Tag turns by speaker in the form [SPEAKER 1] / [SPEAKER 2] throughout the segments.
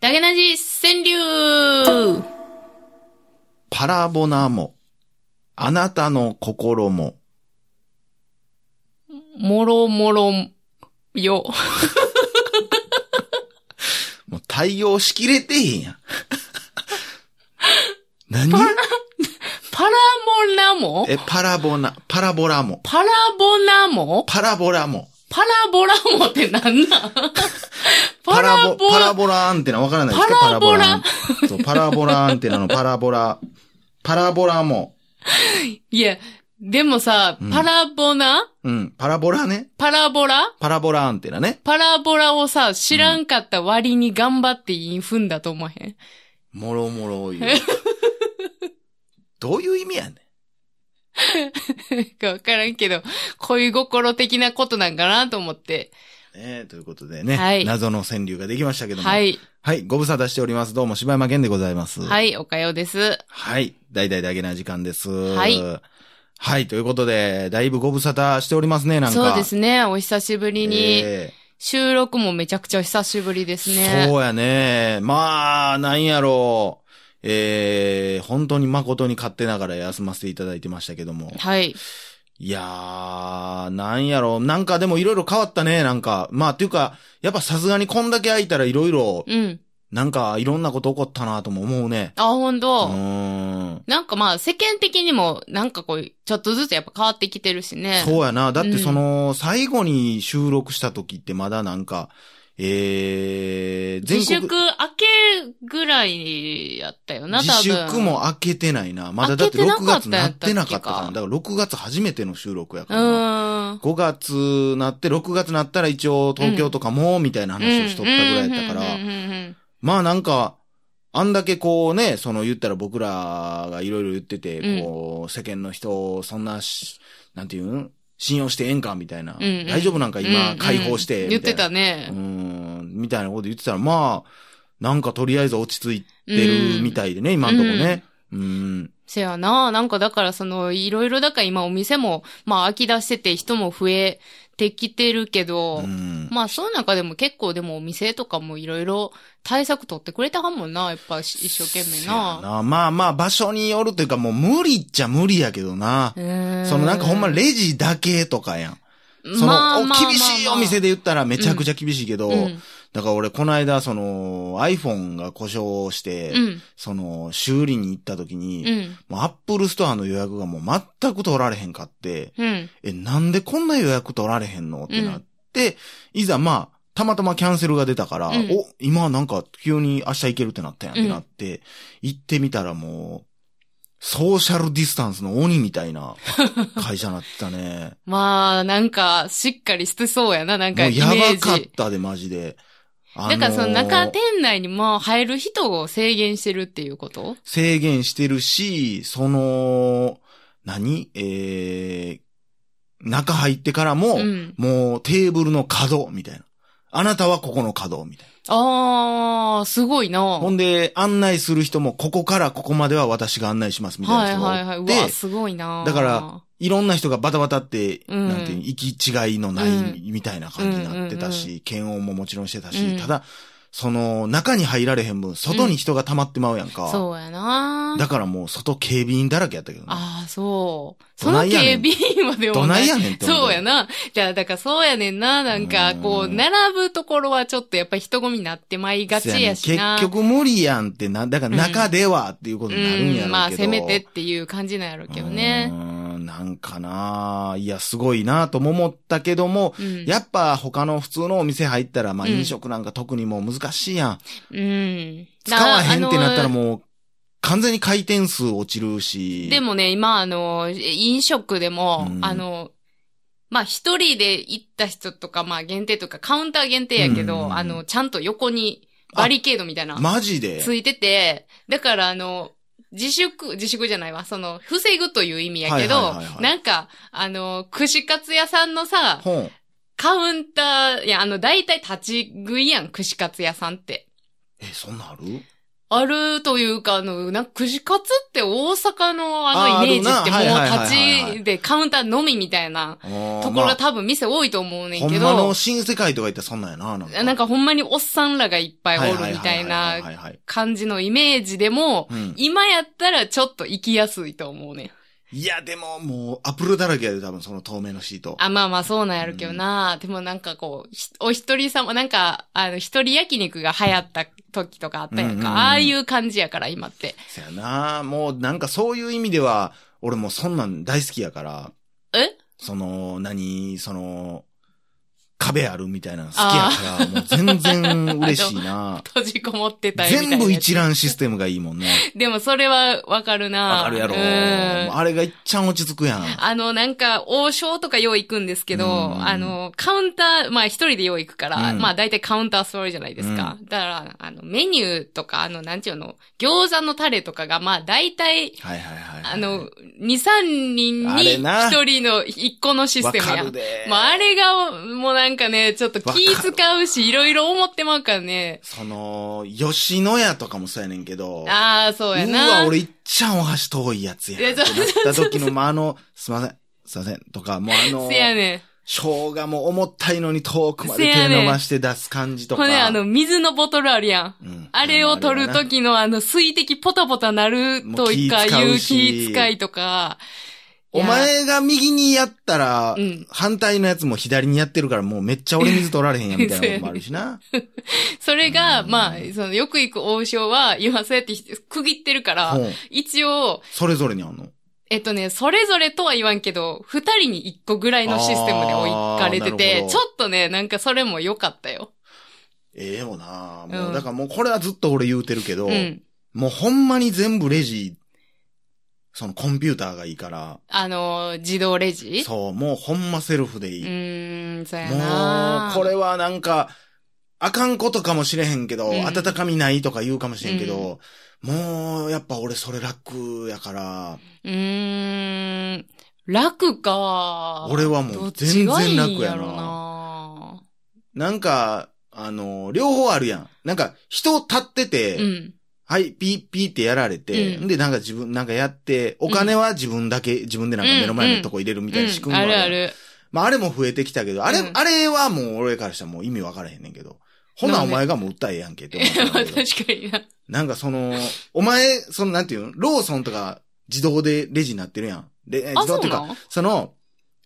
[SPEAKER 1] ダゲナジ川柳
[SPEAKER 2] パラボナも、あなたの心も、
[SPEAKER 1] もろもろ よ。
[SPEAKER 2] もう対応しきれてへんやん。 何
[SPEAKER 1] パラボナも
[SPEAKER 2] え、パラボナ、パラボラも、
[SPEAKER 1] パラボナも
[SPEAKER 2] パラボラも、
[SPEAKER 1] パラボラもってなんなん
[SPEAKER 2] パ
[SPEAKER 1] パ
[SPEAKER 2] ラ
[SPEAKER 1] ラ
[SPEAKER 2] ボ、
[SPEAKER 1] ボ
[SPEAKER 2] パ
[SPEAKER 1] ラ
[SPEAKER 2] ラボラアンテナわからないですか
[SPEAKER 1] パラボラ
[SPEAKER 2] パラボラそうパラボラアンテナのパラボラ、パラボラも、
[SPEAKER 1] いや、でもさ、
[SPEAKER 2] うん
[SPEAKER 1] パラボナ、
[SPEAKER 2] うん、パラボラね、
[SPEAKER 1] パラボラ
[SPEAKER 2] パラボラアンテナね。
[SPEAKER 1] パラボラをさ、知らんかった割に頑張って言い踏んだと思わへん。
[SPEAKER 2] もろもろいう。どういう意味やねん。
[SPEAKER 1] なんかわからんけど、恋心的なことなんかなと思って。
[SPEAKER 2] えー、ということでね、
[SPEAKER 1] はい
[SPEAKER 2] 謎の川柳ができましたけども。
[SPEAKER 1] は。い。
[SPEAKER 2] はい、ご無沙汰しております。どうも、柴山健でございます。。
[SPEAKER 1] はいい、おかようです。
[SPEAKER 2] はい、大々だけな時間です。
[SPEAKER 1] い
[SPEAKER 2] はい、ということで、だいぶご無沙汰しておりますね、なんか。
[SPEAKER 1] そうですね、お久しぶりに。
[SPEAKER 2] え
[SPEAKER 1] 収録もめちゃくちゃ久しぶりです
[SPEAKER 2] ー
[SPEAKER 1] ね。
[SPEAKER 2] そうやね。まあ、なんやろう。えー、本当に誠に勝手ながら休ませていただいてましたけども。
[SPEAKER 1] はい。
[SPEAKER 2] いやー、なんやろう。なんかでもいろいろ変わったね、なんか。まあ、っていうか、やっぱさすがにこんだけ空いたらいろいろ、
[SPEAKER 1] うん。
[SPEAKER 2] なんかいろんなこと起こったなとも思うね。
[SPEAKER 1] あ、ほん
[SPEAKER 2] う
[SPEAKER 1] と。
[SPEAKER 2] ーん。
[SPEAKER 1] なんかまあ、世間的にも、なんかこう、ちょっとずつやっぱ変わってきてるしね。
[SPEAKER 2] そうやな。だってその、最後に収録した時ってまだなんか、えー、
[SPEAKER 1] 自粛明けぐらいやったよな、多
[SPEAKER 2] 自
[SPEAKER 1] 分。
[SPEAKER 2] 粛。も開けてないな。まだだって
[SPEAKER 1] 開けて
[SPEAKER 2] 6
[SPEAKER 1] なかっ
[SPEAKER 2] 月
[SPEAKER 1] たんや
[SPEAKER 2] な
[SPEAKER 1] っ
[SPEAKER 2] った
[SPEAKER 1] っけ
[SPEAKER 2] て
[SPEAKER 1] か
[SPEAKER 2] なかったから。だから6月初めての収録や
[SPEAKER 1] う
[SPEAKER 2] からな。
[SPEAKER 1] ーん。
[SPEAKER 2] 5月なって、6月なったら一応東京とかも、みたいな話をしとったぐらいやったから
[SPEAKER 1] うん。うんうんうんうん
[SPEAKER 2] まあなんか、あんだけこうね、その言ったら僕らがいろいろ言ってて、
[SPEAKER 1] うん
[SPEAKER 2] こう、世間の人をそんなし、なんていうん信用してええんかみたいな。
[SPEAKER 1] うんうん
[SPEAKER 2] 大丈夫なんか
[SPEAKER 1] うん
[SPEAKER 2] 今
[SPEAKER 1] うん
[SPEAKER 2] 解放して、
[SPEAKER 1] 言ってたね
[SPEAKER 2] ね。う。ん、みたいなこと言ってたら、まあ、なんかとりあえず落ち着いてるみ
[SPEAKER 1] い。
[SPEAKER 2] たいでね、今んとこね。うん。
[SPEAKER 1] せやな。なんかだからその、いろいろだから今お店も、まあ飽き出してて人も増えてきてるけど、
[SPEAKER 2] うん
[SPEAKER 1] まあその中でも結構でもお店とかもいろいろ対策取ってくれたはんもんな。やっぱし一生懸命
[SPEAKER 2] せや
[SPEAKER 1] な。
[SPEAKER 2] なまあまあ場所によるというかもう無理っちゃ無理やけどな。そのなんかほんま
[SPEAKER 1] に、
[SPEAKER 2] レジだけとかやん。そ
[SPEAKER 1] まあ
[SPEAKER 2] の、
[SPEAKER 1] まあまあまあ
[SPEAKER 2] 厳しいお店で言ったらめちゃくちゃ厳しいけど、
[SPEAKER 1] うん。
[SPEAKER 2] だから俺、この間、その、iPhone が故障して、
[SPEAKER 1] うん。
[SPEAKER 2] その、修理に行った時に、
[SPEAKER 1] うん。
[SPEAKER 2] もう Apple ストアの予約がもう全く取られへんかって、
[SPEAKER 1] うん。
[SPEAKER 2] え、なんでこんな予約取られへんのってなって、いざまあ、たまたまキャンセルが出たから、
[SPEAKER 1] うん
[SPEAKER 2] お、今なんか急に明日行けるってなったやんっ
[SPEAKER 1] うん
[SPEAKER 2] てなって、行ってみたらもう、ソーシャルディスタンスの鬼みたいな会社になってたね。
[SPEAKER 1] まあ、なんか、しっかりしてそうやな、なん
[SPEAKER 2] も
[SPEAKER 1] か
[SPEAKER 2] う
[SPEAKER 1] イメ
[SPEAKER 2] やばか
[SPEAKER 1] ー
[SPEAKER 2] っ
[SPEAKER 1] ジ。
[SPEAKER 2] たで、マジで。あ
[SPEAKER 1] だからその中
[SPEAKER 2] ー
[SPEAKER 1] 店内にもう入る人を制限してるっていうこと
[SPEAKER 2] 制限してるし、その、何えー、中入ってからも、
[SPEAKER 1] うん。
[SPEAKER 2] もうテーブルの角、みたいな。あなたはここの角、みたい
[SPEAKER 1] あー、すごいな。
[SPEAKER 2] な。ほんで、案内する人も、ここからここまでは私が案内します、みたいな
[SPEAKER 1] はい
[SPEAKER 2] 人がおっ
[SPEAKER 1] は
[SPEAKER 2] て、
[SPEAKER 1] い
[SPEAKER 2] い
[SPEAKER 1] はい。うわ、すごいな。
[SPEAKER 2] だから、ろんな人がバタバタって、
[SPEAKER 1] うん
[SPEAKER 2] なんていう、行き違いのない、
[SPEAKER 1] う
[SPEAKER 2] みたいな感じになってた
[SPEAKER 1] うんうん
[SPEAKER 2] し、検温ももちろんしてたし、
[SPEAKER 1] うん
[SPEAKER 2] ただ、その、中に入られへん分、外に人が溜まってまうやんか。
[SPEAKER 1] そうやな。
[SPEAKER 2] だからもう、外警備員だらけやったけどね。
[SPEAKER 1] ああ、そう。そ
[SPEAKER 2] ど
[SPEAKER 1] の
[SPEAKER 2] ないやね
[SPEAKER 1] 警
[SPEAKER 2] ん
[SPEAKER 1] 備員までも
[SPEAKER 2] どないやねんって思
[SPEAKER 1] そうや
[SPEAKER 2] な。
[SPEAKER 1] な。じゃあ、だからそうやねんな。なんか、こ
[SPEAKER 2] う
[SPEAKER 1] う、
[SPEAKER 2] ん
[SPEAKER 1] 並ぶところはちょっとやっぱ人混みになってまいがちやしな。
[SPEAKER 2] 結局無理やんってな、だから中ではっていうことになるんやろうけど。
[SPEAKER 1] うん、まあ、せめてっていう感じなんやろうけど
[SPEAKER 2] う
[SPEAKER 1] ね。
[SPEAKER 2] ーんなんかないや、すごいなとも思ったけども、
[SPEAKER 1] うん。
[SPEAKER 2] やっぱ他の普通のお店入ったら、まあ
[SPEAKER 1] うん
[SPEAKER 2] 飲食なんか特にもう難しいやん。
[SPEAKER 1] うん。
[SPEAKER 2] 使わへんってなったら
[SPEAKER 1] う
[SPEAKER 2] もう、完全に回転数落ちるし。
[SPEAKER 1] でもね、今、あの、飲食でも、
[SPEAKER 2] うん
[SPEAKER 1] あの、まあ、一人で行った人とか、まあ、限定とか、カウンター限定やけ
[SPEAKER 2] うんうん
[SPEAKER 1] ど、
[SPEAKER 2] うん
[SPEAKER 1] あの、ちゃんと横にバリケードみたいな、
[SPEAKER 2] マジで。
[SPEAKER 1] ついてて、だから、あの、自粛、自粛じゃないわ、その、防ぐという意味やけ
[SPEAKER 2] はい
[SPEAKER 1] ど
[SPEAKER 2] はいはいは、い
[SPEAKER 1] なんか、あの、串カツ屋さんのさ、
[SPEAKER 2] ほん。
[SPEAKER 1] カウンター、いや、あの、大体立ち食いやん、串カツ屋さんって。
[SPEAKER 2] え、そんなんある
[SPEAKER 1] あるというか、あの、なんか、串カツって大阪のあ
[SPEAKER 2] あ
[SPEAKER 1] の
[SPEAKER 2] ー
[SPEAKER 1] イメージって
[SPEAKER 2] あるなはいはい
[SPEAKER 1] もう
[SPEAKER 2] はいはいはい
[SPEAKER 1] 立ちでカウンターのみみたいなと
[SPEAKER 2] と
[SPEAKER 1] ころが多分店多いと思うねんけ
[SPEAKER 2] ほんまの
[SPEAKER 1] ど、
[SPEAKER 2] 新世界とか言ったらそんなんやな。なんか、
[SPEAKER 1] なんかほんまにおっさんらがいっぱい
[SPEAKER 2] は
[SPEAKER 1] おるみたい
[SPEAKER 2] はいは
[SPEAKER 1] ない
[SPEAKER 2] はいはい
[SPEAKER 1] 感じのイメージでも、
[SPEAKER 2] うん
[SPEAKER 1] 今やったらちょっと行きやすいと思うねん。
[SPEAKER 2] いや、でも、もう、アップルだらけやで、多分、その透明のシート。
[SPEAKER 1] あ、まあまあそうなんやるけどな、でもなんかこう、ひお一人様、なんか、あの、一人焼肉が流行った時とかあったやんか。
[SPEAKER 2] うんうんうん
[SPEAKER 1] ああいう感じやから、今って。
[SPEAKER 2] そやなもう、なんかそういう意味では、俺もうそんなん大好きやから。
[SPEAKER 1] え
[SPEAKER 2] その、何、その、壁あるみたいなの好きやから、もう全然嬉しいな
[SPEAKER 1] 閉じこもってたよみたいなや
[SPEAKER 2] 全
[SPEAKER 1] つ。
[SPEAKER 2] 部一覧システムがいいもんね。
[SPEAKER 1] でもそれはわかるな
[SPEAKER 2] わかるやろ。
[SPEAKER 1] う。
[SPEAKER 2] もうんあれがいっちゃん落ち着くやん。
[SPEAKER 1] あの、なんか、王将とかよう行くんですけど、
[SPEAKER 2] うん
[SPEAKER 1] あの、カウンター、まあ一人でよう行くから、
[SPEAKER 2] うん
[SPEAKER 1] まあ大体カウンター座るじゃないですか。だから、あの、メニューとか、あの、なんちゅうの、餃子のタレとかが、まあ大体、
[SPEAKER 2] はいはいはい。
[SPEAKER 1] あの、、2、3人
[SPEAKER 2] あ
[SPEAKER 1] に
[SPEAKER 2] れな
[SPEAKER 1] 1人の1個のシス
[SPEAKER 2] わ
[SPEAKER 1] テム
[SPEAKER 2] か
[SPEAKER 1] や
[SPEAKER 2] る
[SPEAKER 1] ん。
[SPEAKER 2] で。
[SPEAKER 1] まああれが、もうなんかね、ちょっと気使うし、いろいろ思ってまうからね。
[SPEAKER 2] その、吉野家とかもそうやねんけど。
[SPEAKER 1] ああ、そうやな。
[SPEAKER 2] うわ、俺いっちゃんお箸遠いやつやん。って
[SPEAKER 1] いや
[SPEAKER 2] な
[SPEAKER 1] そ
[SPEAKER 2] った時の、まあ、あの、すいません、すいません、とか、もうあの、
[SPEAKER 1] せやねん。
[SPEAKER 2] 生姜も重たいのに遠くまで
[SPEAKER 1] せや
[SPEAKER 2] 手
[SPEAKER 1] ねん
[SPEAKER 2] 伸ばして出す感じと
[SPEAKER 1] こ
[SPEAKER 2] か。
[SPEAKER 1] れね、あの、水のボトルあるやん。
[SPEAKER 2] うん
[SPEAKER 1] あれを取る
[SPEAKER 2] あれは
[SPEAKER 1] と
[SPEAKER 2] な
[SPEAKER 1] きのあの、水滴ポタポタなるといか、
[SPEAKER 2] も
[SPEAKER 1] い
[SPEAKER 2] う
[SPEAKER 1] う
[SPEAKER 2] 気使うし
[SPEAKER 1] 気使いとか。
[SPEAKER 2] お
[SPEAKER 1] いや、
[SPEAKER 2] 前が右にやったら、
[SPEAKER 1] うん
[SPEAKER 2] 反対のやつも左にやってるから、もうめっちゃ俺水取られへんや、みたいなこともあるしな。
[SPEAKER 1] それが、
[SPEAKER 2] うん
[SPEAKER 1] まあ、その、よく行く王将は、今そうやって区切ってるから、
[SPEAKER 2] うん
[SPEAKER 1] 一応、
[SPEAKER 2] それぞれにあんの。
[SPEAKER 1] えっとね、それぞれとは言わんけど、二人に一個ぐらいのシステムで置かれて
[SPEAKER 2] あーなる
[SPEAKER 1] て
[SPEAKER 2] ほ、ど
[SPEAKER 1] ちょっとね、なんかそれも良かったよ。
[SPEAKER 2] ええよなもう、
[SPEAKER 1] うん
[SPEAKER 2] だからもうこれはずっと俺言うてるけど、
[SPEAKER 1] うん。
[SPEAKER 2] もうほんまに全部レジ、そのコンピューターがいいから、
[SPEAKER 1] あのー、自動レジ
[SPEAKER 2] そう、もうほんまセルフでいい。
[SPEAKER 1] うーん、そうや
[SPEAKER 2] も
[SPEAKER 1] な
[SPEAKER 2] う、これはなんか、あかんことかもしれへんけど、
[SPEAKER 1] うん
[SPEAKER 2] 温かみないとか言うかもしれんけど、もう、やっぱ俺それ楽やから、
[SPEAKER 1] うーん、楽か。
[SPEAKER 2] 俺はもう全然楽やな
[SPEAKER 1] ろな。
[SPEAKER 2] なんか、あの、両方あるやん。なんか、人立ってて、
[SPEAKER 1] うん。
[SPEAKER 2] はい、ピーピーってやられて、
[SPEAKER 1] うん
[SPEAKER 2] で、なんか自分、なんかやって、お金は自分だけ、自分でなんか目の前のとこ入れるみたいな仕
[SPEAKER 1] う
[SPEAKER 2] 組
[SPEAKER 1] ん、
[SPEAKER 2] みも
[SPEAKER 1] あ
[SPEAKER 2] ある
[SPEAKER 1] る
[SPEAKER 2] やん
[SPEAKER 1] ある。
[SPEAKER 2] まあ、あれも増えてきたけど、あれ、
[SPEAKER 1] うん
[SPEAKER 2] あれはもう俺からしたらもう意味わからへんねんけど。ほな、
[SPEAKER 1] なん
[SPEAKER 2] お
[SPEAKER 1] で
[SPEAKER 2] 前がもう訴えやんけって思っ て
[SPEAKER 1] まあ
[SPEAKER 2] んだけ
[SPEAKER 1] 確
[SPEAKER 2] ど
[SPEAKER 1] かにな。
[SPEAKER 2] なんかその、お前、そのなんていうのローソンとか自動でレジになってるやん。で、
[SPEAKER 1] あ、
[SPEAKER 2] 自動
[SPEAKER 1] そ
[SPEAKER 2] って
[SPEAKER 1] う
[SPEAKER 2] いう
[SPEAKER 1] な
[SPEAKER 2] か、
[SPEAKER 1] の
[SPEAKER 2] その、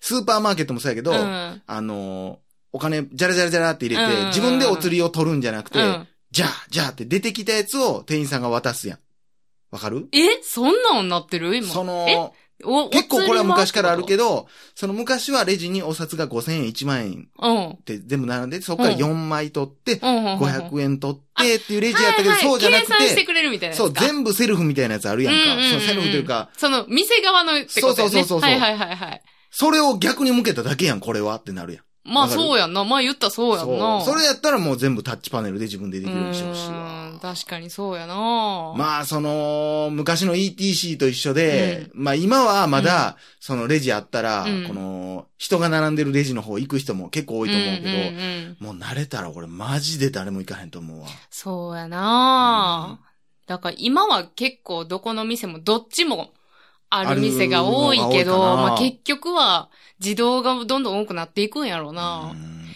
[SPEAKER 2] スーパーマーケットもそうやけど、
[SPEAKER 1] うん。
[SPEAKER 2] あの、お金、じゃらじゃらじゃらって入れて、
[SPEAKER 1] うん
[SPEAKER 2] 自分でお釣りを取るんじゃなくて、
[SPEAKER 1] うん。
[SPEAKER 2] じゃあ、じゃあって出てきたやつを店員さんが渡すやん。わかる
[SPEAKER 1] えそんなんなってる今。
[SPEAKER 2] そ
[SPEAKER 1] え
[SPEAKER 2] の、
[SPEAKER 1] お
[SPEAKER 2] 結構これは昔からあるけ
[SPEAKER 1] ど。
[SPEAKER 2] ど、その昔はレジにお札が5000円、1万円
[SPEAKER 1] うん。
[SPEAKER 2] って全部並んで、そこから
[SPEAKER 1] うん
[SPEAKER 2] 4枚取って、
[SPEAKER 1] うんうんうんうん。
[SPEAKER 2] 500円取ってっていうレジやったけど、
[SPEAKER 1] はいはい
[SPEAKER 2] そうじゃなく
[SPEAKER 1] 計算して
[SPEAKER 2] て、
[SPEAKER 1] くれるみたいなやつ
[SPEAKER 2] そ
[SPEAKER 1] か。
[SPEAKER 2] う、全部セルフみたいなやつあるやん
[SPEAKER 1] うん
[SPEAKER 2] か
[SPEAKER 1] うんうん。
[SPEAKER 2] そのセルフというか、
[SPEAKER 1] その、店側のってことよね
[SPEAKER 2] そうそうそうそうそ
[SPEAKER 1] は
[SPEAKER 2] う
[SPEAKER 1] いはいはいはい。
[SPEAKER 2] それを逆に向けただけやん、これはってなるやん。
[SPEAKER 1] まあ
[SPEAKER 2] わかる
[SPEAKER 1] そうやんな。まあ言ったらそうやんな。
[SPEAKER 2] そうそれやったらもう全部タッチパネルで自分でできるようにしてほしいう
[SPEAKER 1] ーん
[SPEAKER 2] わ。
[SPEAKER 1] 確かにそうやな。
[SPEAKER 2] まあ、その、昔の ETC と一緒で、まあ今はまだ、そのレジあったら、
[SPEAKER 1] うん
[SPEAKER 2] この、人が並んでるレジの方行く人も結構多いと思うけど、
[SPEAKER 1] んんん
[SPEAKER 2] もう慣れたら俺マジで誰も行かへんと思うわ。
[SPEAKER 1] そうやな、だから今は結構どこの店もどっちもある店が多いけど、
[SPEAKER 2] あるのが多いかな
[SPEAKER 1] まあ結局は自動がどんどん多くなっていくんやろうな
[SPEAKER 2] う。ん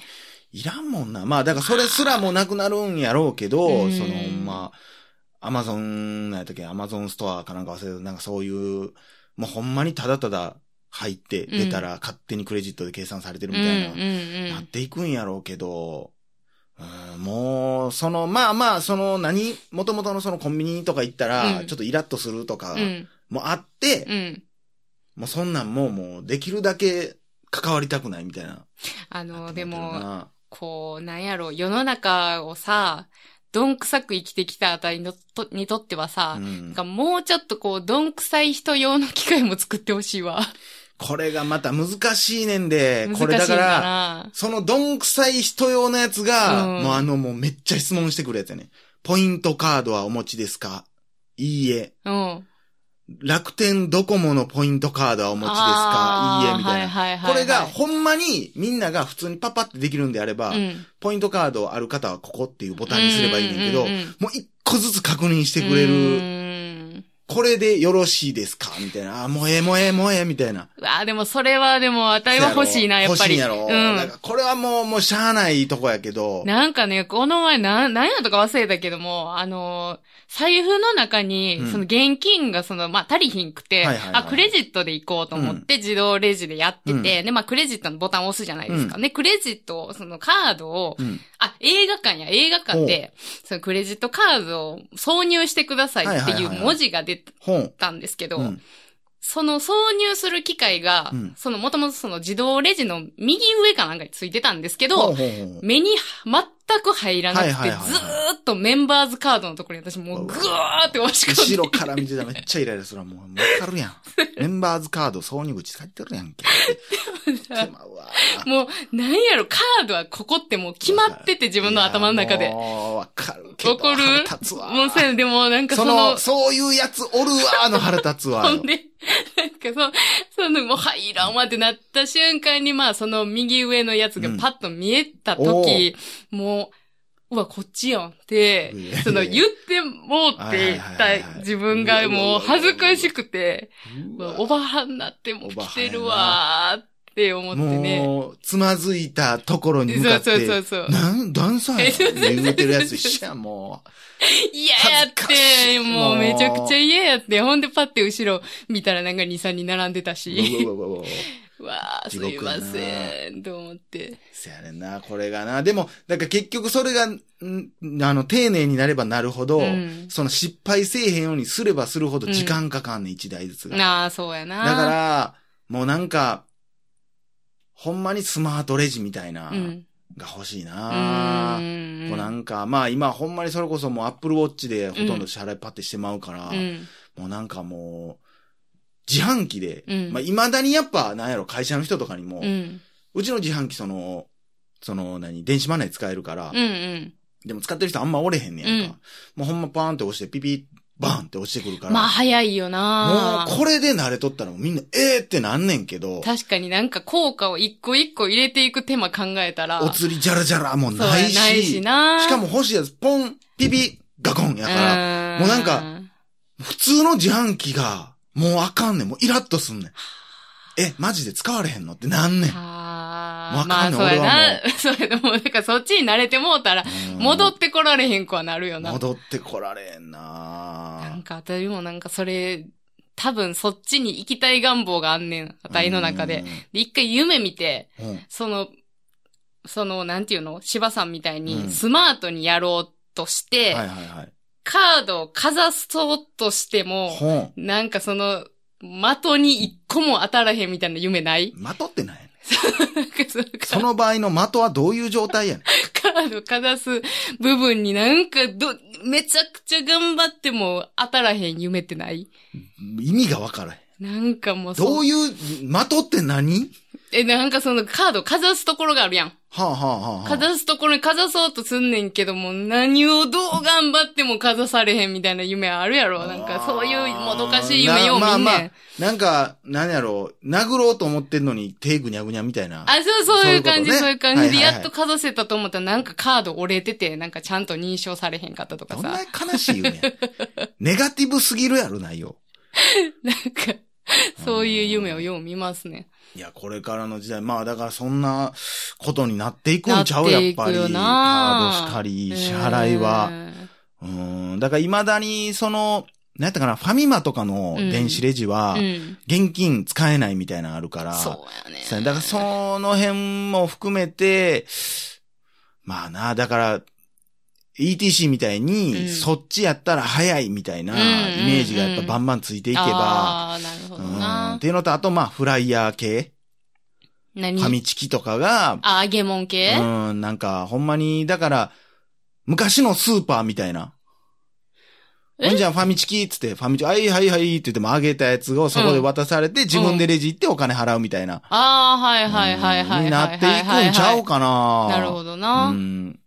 [SPEAKER 2] いらんもんな。まあ、だからそれすらもなくなるんやろうけど、
[SPEAKER 1] うん
[SPEAKER 2] その、まあ、アマゾン、なんやったっけ、アマゾンストアかなんか忘れた、なんかそういう、もうほんまにただただ入って出たら勝手にクレジットで計算されてる
[SPEAKER 1] うん、
[SPEAKER 2] み
[SPEAKER 1] うん、う
[SPEAKER 2] たいな、なっ
[SPEAKER 1] ん。
[SPEAKER 2] ていくんやろうけど、うんもう、その、まあまあ、その何、もともとのそのコンビニとか行った
[SPEAKER 1] う
[SPEAKER 2] ら、
[SPEAKER 1] ん
[SPEAKER 2] ちょっとイラッとするとか
[SPEAKER 1] う、ん。
[SPEAKER 2] もあって、
[SPEAKER 1] うん。
[SPEAKER 2] もうそんなんもうもうできるだけ関わりたくないみたいな。
[SPEAKER 1] あ
[SPEAKER 2] な
[SPEAKER 1] の、
[SPEAKER 2] って
[SPEAKER 1] で
[SPEAKER 2] 思ってる
[SPEAKER 1] も、
[SPEAKER 2] な
[SPEAKER 1] こう、なんやろ、世の中をさ、どんくさく生きてきたあたりのと、にとってはさ、
[SPEAKER 2] うん
[SPEAKER 1] なんかもうちょっとこう、どんくさい人用の機械も作ってほしいわ。
[SPEAKER 2] これがまた難しいね んで、
[SPEAKER 1] 難しい
[SPEAKER 2] こ
[SPEAKER 1] んだ
[SPEAKER 2] れだから、
[SPEAKER 1] な。
[SPEAKER 2] そのどんくさい人用のやつが、
[SPEAKER 1] うん
[SPEAKER 2] もうあのもうめっちゃ質問してくるやつやね。ポイントカードはお持ちですかいいえ。
[SPEAKER 1] うん。
[SPEAKER 2] 楽天ドコモのポイントカードはお持ちですか
[SPEAKER 1] あー
[SPEAKER 2] いいえ、みたいな。
[SPEAKER 1] はいはいはいはい
[SPEAKER 2] これがほんまにみんなが普通にパパってできるんであれば、
[SPEAKER 1] うん
[SPEAKER 2] ポイントカードある方はここっていうボタンにすればいいねんけど、
[SPEAKER 1] うんうんうんうん
[SPEAKER 2] もう一個ずつ確認しててくれる、
[SPEAKER 1] る。
[SPEAKER 2] これでよろしいですかみたいな。あ、もうええ、もうええ、もうええ、みたいな。
[SPEAKER 1] うわあ、でもそれはでも、あたいは欲しいな、やっぱり。
[SPEAKER 2] 欲しいんやろ。なん
[SPEAKER 1] う
[SPEAKER 2] かこれはもう、もうしゃあないとこやけど
[SPEAKER 1] ん。。なんかね、この前、なん、なんやとか忘れたけども、あのー財布の中
[SPEAKER 2] う
[SPEAKER 1] に、
[SPEAKER 2] ん
[SPEAKER 1] その現金がその、まあ、足りひんくて、
[SPEAKER 2] はいはいはい
[SPEAKER 1] あ、クレジットで行こうと思って、自動レジでやってて、で、まあ、クレジットのボタンを押すじゃないですか。ね、クレジットを、そのカードを、
[SPEAKER 2] うん。
[SPEAKER 1] あ、映画館や、映画館で、そのクレジットカードを挿入してくださいって
[SPEAKER 2] はい
[SPEAKER 1] い
[SPEAKER 2] は
[SPEAKER 1] う
[SPEAKER 2] いはいはい
[SPEAKER 1] 文字が出
[SPEAKER 2] 本。
[SPEAKER 1] たんですけど、
[SPEAKER 2] うん。
[SPEAKER 1] その挿入する機械が、
[SPEAKER 2] うん
[SPEAKER 1] そのもともとその自動レジの右上かなんかについてたんですけ
[SPEAKER 2] ほう
[SPEAKER 1] ど、
[SPEAKER 2] ほうほう
[SPEAKER 1] 目に全く入らなくて、
[SPEAKER 2] はいはいはいはい
[SPEAKER 1] ずーっとメンバーズカードのところに私もうぐーって押し込んで。
[SPEAKER 2] 後ろから見てたらめっちゃイライラするわ。もう、わかるや ん。メンバーズカード挿入口書いてるやんけ。手間うわ。
[SPEAKER 1] もう、なんやろ、カードはここってもう決まってて自分の頭の中
[SPEAKER 2] い
[SPEAKER 1] で。
[SPEAKER 2] やもう、わかるけど。
[SPEAKER 1] 怒る
[SPEAKER 2] 腹立つわ。
[SPEAKER 1] もうせん、でもなんか
[SPEAKER 2] そ
[SPEAKER 1] そ
[SPEAKER 2] の、
[SPEAKER 1] の、
[SPEAKER 2] そういうやつおるわの腹立つわ。
[SPEAKER 1] ほんで、なんかそ、その、もう入らんわってなった瞬間に、まあ、その右上のやつがパッと見えた時、もう、うわ、こっちやんって
[SPEAKER 2] いやいやいや、
[SPEAKER 1] その、言ってもうって言っ
[SPEAKER 2] はいはいはいは
[SPEAKER 1] た
[SPEAKER 2] い
[SPEAKER 1] 自分がもう恥ずかしくて、う
[SPEAKER 2] うわ
[SPEAKER 1] わおばはんなってもう来てるわーって思ってね。
[SPEAKER 2] もう、つまずいたところに向
[SPEAKER 1] そ
[SPEAKER 2] か
[SPEAKER 1] う
[SPEAKER 2] って。
[SPEAKER 1] そうそうそう。
[SPEAKER 2] なん、ダンサー
[SPEAKER 1] えそうそうそう
[SPEAKER 2] やん言うてるやつ一緒や、も
[SPEAKER 1] 嫌やっ、
[SPEAKER 2] 恥ずかしてい
[SPEAKER 1] も
[SPEAKER 2] も
[SPEAKER 1] う
[SPEAKER 2] う
[SPEAKER 1] めちゃくちゃ嫌やって、ほんでパッて後ろ見たらなんか2、3に並んでた
[SPEAKER 2] う。
[SPEAKER 1] し。
[SPEAKER 2] うわうわうわうわ
[SPEAKER 1] わあ、す
[SPEAKER 2] 地獄
[SPEAKER 1] い
[SPEAKER 2] や
[SPEAKER 1] ま
[SPEAKER 2] な
[SPEAKER 1] せん、と思って。
[SPEAKER 2] せやねんな、これがな。でも、だから結局それが、んあの、丁寧になればなるほど、
[SPEAKER 1] うん
[SPEAKER 2] その失敗せえへんようにすればするほど時間かかんねん、一台ずつが。だ
[SPEAKER 1] なあ、そうやな。
[SPEAKER 2] から、もうなんか、ほんまにスマートレジみたいな、
[SPEAKER 1] うん。
[SPEAKER 2] が欲しいうな。
[SPEAKER 1] ーん。
[SPEAKER 2] もうなん
[SPEAKER 1] か、
[SPEAKER 2] んか、まあ今ほんまにそれこそもうアップルウォッチでほとんど支払いパッてしてまうから、
[SPEAKER 1] うん。
[SPEAKER 2] もうなんかもう、自販機で、
[SPEAKER 1] うん
[SPEAKER 2] まあ未だにやっぱ、なんやろ、会社の人とかにも、
[SPEAKER 1] うん。うん
[SPEAKER 2] うちの自販機その、その何、電子マネー使えるから、
[SPEAKER 1] うん。
[SPEAKER 2] でも使ってる人あんまおれへんねやんか。
[SPEAKER 1] う
[SPEAKER 2] もうほんまパーンって押してピピッ、バーンって押してくるから。
[SPEAKER 1] まあ、早いよな
[SPEAKER 2] もうこれで慣れとったらもうみんな、ええってなんねんけど、
[SPEAKER 1] 確かになんか効果を一個一個入れていく手間考えたら。
[SPEAKER 2] お釣りじゃらじゃらもう
[SPEAKER 1] そうや
[SPEAKER 2] ないし、
[SPEAKER 1] ないしな
[SPEAKER 2] しかも欲しいやつ、ポン、ピピ、ガコンやか
[SPEAKER 1] ら
[SPEAKER 2] ら、もうなんか、普通の自販機が、もうあかんねん、もうイラッとすんねん。え、マジで使われへんのってなんねん。
[SPEAKER 1] あー
[SPEAKER 2] わ
[SPEAKER 1] ま
[SPEAKER 2] か
[SPEAKER 1] あ、
[SPEAKER 2] んな
[SPEAKER 1] そ
[SPEAKER 2] い
[SPEAKER 1] うや
[SPEAKER 2] 俺は
[SPEAKER 1] な。 そうやな。もう、だからそっちに慣れてもうたら、
[SPEAKER 2] うん
[SPEAKER 1] 戻ってこられへん子はなるよな。
[SPEAKER 2] 戻ってこられん
[SPEAKER 1] な
[SPEAKER 2] なん
[SPEAKER 1] か、私もなんかそれ、多分そっちに行きたい願望があんねん。私の中で。。で、一回夢見て、
[SPEAKER 2] うんうん
[SPEAKER 1] その、その、なんていうの芝さんみたいうに、
[SPEAKER 2] ん
[SPEAKER 1] スマートにやろうとして、
[SPEAKER 2] はいはいはい。
[SPEAKER 1] カードをかざそうとしても、
[SPEAKER 2] 本。
[SPEAKER 1] なんかその、的に一個も当たらへんみたいな夢ない
[SPEAKER 2] 的ってない
[SPEAKER 1] なんかその
[SPEAKER 2] その場合の的はどういう状態やねん。
[SPEAKER 1] カードかざす部分になんかど、めちゃくちゃ頑張っても当たらへん夢ってない
[SPEAKER 2] 意味がわからへん。
[SPEAKER 1] なんかもうそう
[SPEAKER 2] どういう、的って何
[SPEAKER 1] え、なんかそのカードかざすところがあるやん。
[SPEAKER 2] はあはあはあ
[SPEAKER 1] か
[SPEAKER 2] はあ。
[SPEAKER 1] ざすところにかざそうとすんねんけども、何をどう頑張ってもかざされへんみたいな夢あるやろ。なんかそういうもどかしい夢よう
[SPEAKER 2] な
[SPEAKER 1] 見んねん。
[SPEAKER 2] ま
[SPEAKER 1] あ
[SPEAKER 2] あまあなんか、何やろう、殴ろうと思ってんのに手ぐにゃぐにゃみたいな。
[SPEAKER 1] そう、そういう感じ、
[SPEAKER 2] そういうこと
[SPEAKER 1] そうい
[SPEAKER 2] ね
[SPEAKER 1] う感じで、
[SPEAKER 2] はいはいはい
[SPEAKER 1] やっとかざせたと思ったら、なんかカード折れてて、なんかちゃんと認証されへんかったとか
[SPEAKER 2] ど
[SPEAKER 1] さ。
[SPEAKER 2] んな
[SPEAKER 1] なんか、
[SPEAKER 2] 悲しい夢 や。ネガティブすぎるやろ、内容。
[SPEAKER 1] そういう夢をよう見ますね。
[SPEAKER 2] いや、これからの時代、まあだからそんなことになっていくんちゃう
[SPEAKER 1] な
[SPEAKER 2] や
[SPEAKER 1] っ
[SPEAKER 2] って
[SPEAKER 1] いく
[SPEAKER 2] ぱり。
[SPEAKER 1] よな
[SPEAKER 2] カードしかり、支払いは。うん。だから未だに、その、なんやったかな、ファミマとかの電子レジ
[SPEAKER 1] う
[SPEAKER 2] は
[SPEAKER 1] ん。、うん。
[SPEAKER 2] 現金使えないみたいなのあるから。
[SPEAKER 1] そうやね。
[SPEAKER 2] そうやねだからその辺も含めて、まあな、だから、ETC みたいに、
[SPEAKER 1] うん
[SPEAKER 2] そっちやったら早いみたいな
[SPEAKER 1] う
[SPEAKER 2] イ
[SPEAKER 1] んうんうん
[SPEAKER 2] メージがやっぱバンバンついていけば、
[SPEAKER 1] ああ、なるほど
[SPEAKER 2] うんっ
[SPEAKER 1] な。
[SPEAKER 2] ていうのと、あとまあフライヤー系、フ
[SPEAKER 1] 何
[SPEAKER 2] ァミチキとかが、
[SPEAKER 1] あ、揚げもん系
[SPEAKER 2] うん、なんか、ほんまに、だから、昔のスーパーみたいな。
[SPEAKER 1] え
[SPEAKER 2] ほんじゃんファミチキっつって、ファミチキ、はいはいはいって言ってもあげたやつをそこで渡されて、自分でレジ行ってお金払うみたいな。
[SPEAKER 1] ああ、はいはいはいはいはいはいはい。
[SPEAKER 2] になっていくんちゃうかな。
[SPEAKER 1] なるほどな。
[SPEAKER 2] うん。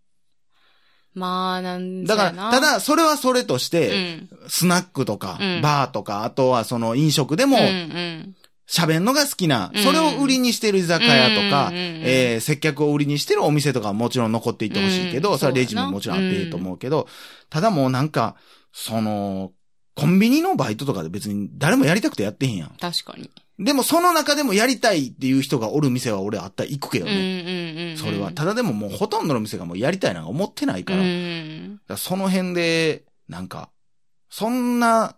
[SPEAKER 1] まあ、なん
[SPEAKER 2] だか
[SPEAKER 1] そうやな
[SPEAKER 2] ら、た、だ、それはそれとし
[SPEAKER 1] う
[SPEAKER 2] て、
[SPEAKER 1] ん。
[SPEAKER 2] スナックとか
[SPEAKER 1] うん、
[SPEAKER 2] バーとか、あとはその飲食でも
[SPEAKER 1] う、んうん
[SPEAKER 2] 喋んのが好きな、
[SPEAKER 1] うん
[SPEAKER 2] それを売りにしてる居酒屋とか、
[SPEAKER 1] うんうんうんうん
[SPEAKER 2] えー接客を売りにしてるお店とかはもちろん残っていってほしいけど、
[SPEAKER 1] うん
[SPEAKER 2] それ
[SPEAKER 1] そうや
[SPEAKER 2] は
[SPEAKER 1] な
[SPEAKER 2] レジももちろんあっていいと思うけど、ただもうなんか、その、コンビニのバイトとかで別に誰もやりたくてやってへんやん。
[SPEAKER 1] 確かに。
[SPEAKER 2] でもその中でもやりたいっていう人がおる店は俺あったら行くけ
[SPEAKER 1] う
[SPEAKER 2] ど
[SPEAKER 1] ん
[SPEAKER 2] ね。
[SPEAKER 1] うんうん。
[SPEAKER 2] それは、ただでももうほとんどの店がもうやりたいなんか思ってないから、
[SPEAKER 1] う
[SPEAKER 2] だか
[SPEAKER 1] ん。
[SPEAKER 2] らその辺で、なんか、そんな、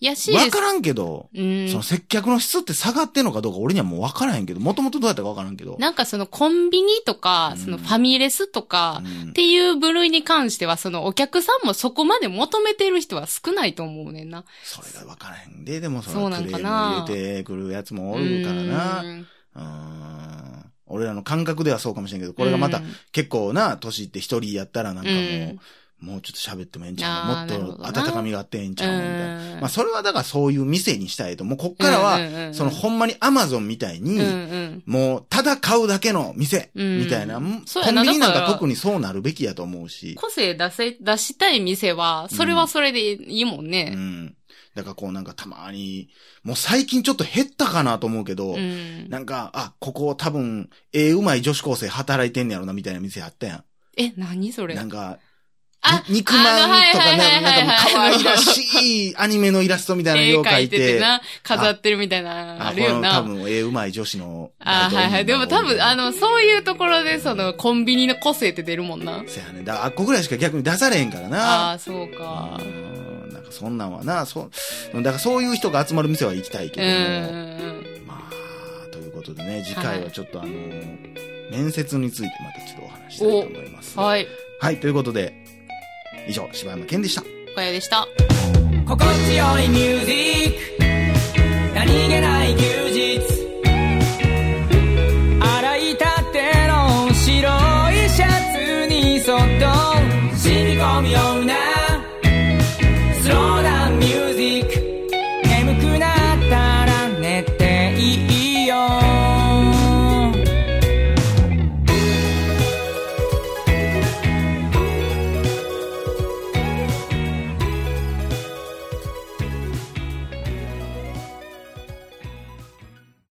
[SPEAKER 1] やし、
[SPEAKER 2] わからんけど、
[SPEAKER 1] うん
[SPEAKER 2] その接客の質って下がってんのかどうか俺にはもうわからへんけど、もともとどうやったかわからんけど。
[SPEAKER 1] なんかそのコンビニとか
[SPEAKER 2] う、ん
[SPEAKER 1] そのファミレスとか、
[SPEAKER 2] うん
[SPEAKER 1] っていう部類に関しては、そのお客さんもそこまで求めてる人は少ないと思うねんな。
[SPEAKER 2] それがわからへんで、でもそ
[SPEAKER 1] そう
[SPEAKER 2] の
[SPEAKER 1] な
[SPEAKER 2] ク
[SPEAKER 1] ん
[SPEAKER 2] レ
[SPEAKER 1] か
[SPEAKER 2] ーム
[SPEAKER 1] な
[SPEAKER 2] 入れてくるやつもおるからな。
[SPEAKER 1] うん。
[SPEAKER 2] うん俺らの感覚ではそうかもしれんけど、これがまた
[SPEAKER 1] うん
[SPEAKER 2] 結構な、年いって一人やったらなんかもう、
[SPEAKER 1] うん
[SPEAKER 2] もうちょっと喋ってもええんちゃ
[SPEAKER 1] あー
[SPEAKER 2] う
[SPEAKER 1] なる
[SPEAKER 2] も
[SPEAKER 1] ほど
[SPEAKER 2] っと
[SPEAKER 1] な
[SPEAKER 2] 温かみがあってええんちゃうみたいな。
[SPEAKER 1] うん
[SPEAKER 2] まあそれはだからそういう店にしたいと。もうこっからは、
[SPEAKER 1] うんうんうん
[SPEAKER 2] そのほんまにアマゾンみたいに、
[SPEAKER 1] うんうん。
[SPEAKER 2] もうただ買うだけの店、
[SPEAKER 1] うん
[SPEAKER 2] みたいな。
[SPEAKER 1] そう
[SPEAKER 2] コ
[SPEAKER 1] や
[SPEAKER 2] ン
[SPEAKER 1] な
[SPEAKER 2] ビニなん
[SPEAKER 1] だか
[SPEAKER 2] から特にそうなるべきやと思うし。
[SPEAKER 1] 個性出せ、出したい店は、それはそれでいいもん
[SPEAKER 2] う
[SPEAKER 1] ね。
[SPEAKER 2] ん。だからこうなんかたまに、もう最近ちょっと減ったかなと思うけど、
[SPEAKER 1] うん。
[SPEAKER 2] なんか、あ、ここ多分、ええうまい女子高生働いてんねやろなみたいな店あったやん。
[SPEAKER 1] え、何それ
[SPEAKER 2] なんか、
[SPEAKER 1] あ
[SPEAKER 2] に肉まん
[SPEAKER 1] あのはい
[SPEAKER 2] と
[SPEAKER 1] は
[SPEAKER 2] か
[SPEAKER 1] い
[SPEAKER 2] な、
[SPEAKER 1] はいは
[SPEAKER 2] ないんかもう可愛らしいアニメのイラストみたいなの
[SPEAKER 1] 絵
[SPEAKER 2] よう描
[SPEAKER 1] 描
[SPEAKER 2] い
[SPEAKER 1] い
[SPEAKER 2] て。
[SPEAKER 1] ててな、飾ってるみたいなの
[SPEAKER 2] あ、
[SPEAKER 1] あ
[SPEAKER 2] こ
[SPEAKER 1] るよ
[SPEAKER 2] の多
[SPEAKER 1] な。
[SPEAKER 2] 分、ええうまい女子の。
[SPEAKER 1] あーはいはい。でも多分、あの、
[SPEAKER 2] の。
[SPEAKER 1] そういうところで、その、コンビニの個性って出るもんな。
[SPEAKER 2] せやね。だからあっこぐらいしか逆に出されへんから
[SPEAKER 1] あ
[SPEAKER 2] な。
[SPEAKER 1] あ、そうか。
[SPEAKER 2] うんなんかそんなんはな、そう、だからそういう人が集まる店は行きたいけ
[SPEAKER 1] う
[SPEAKER 2] ども。
[SPEAKER 1] ん。
[SPEAKER 2] まあ、ということでね、次回はちょっとあの、面接についてまたちょっとお話ししたいと思います。はい。
[SPEAKER 1] はい。
[SPEAKER 2] ということで、以上、柴山健でした。
[SPEAKER 1] おかやでした。
[SPEAKER 3] 心地よいミュージック何気ない休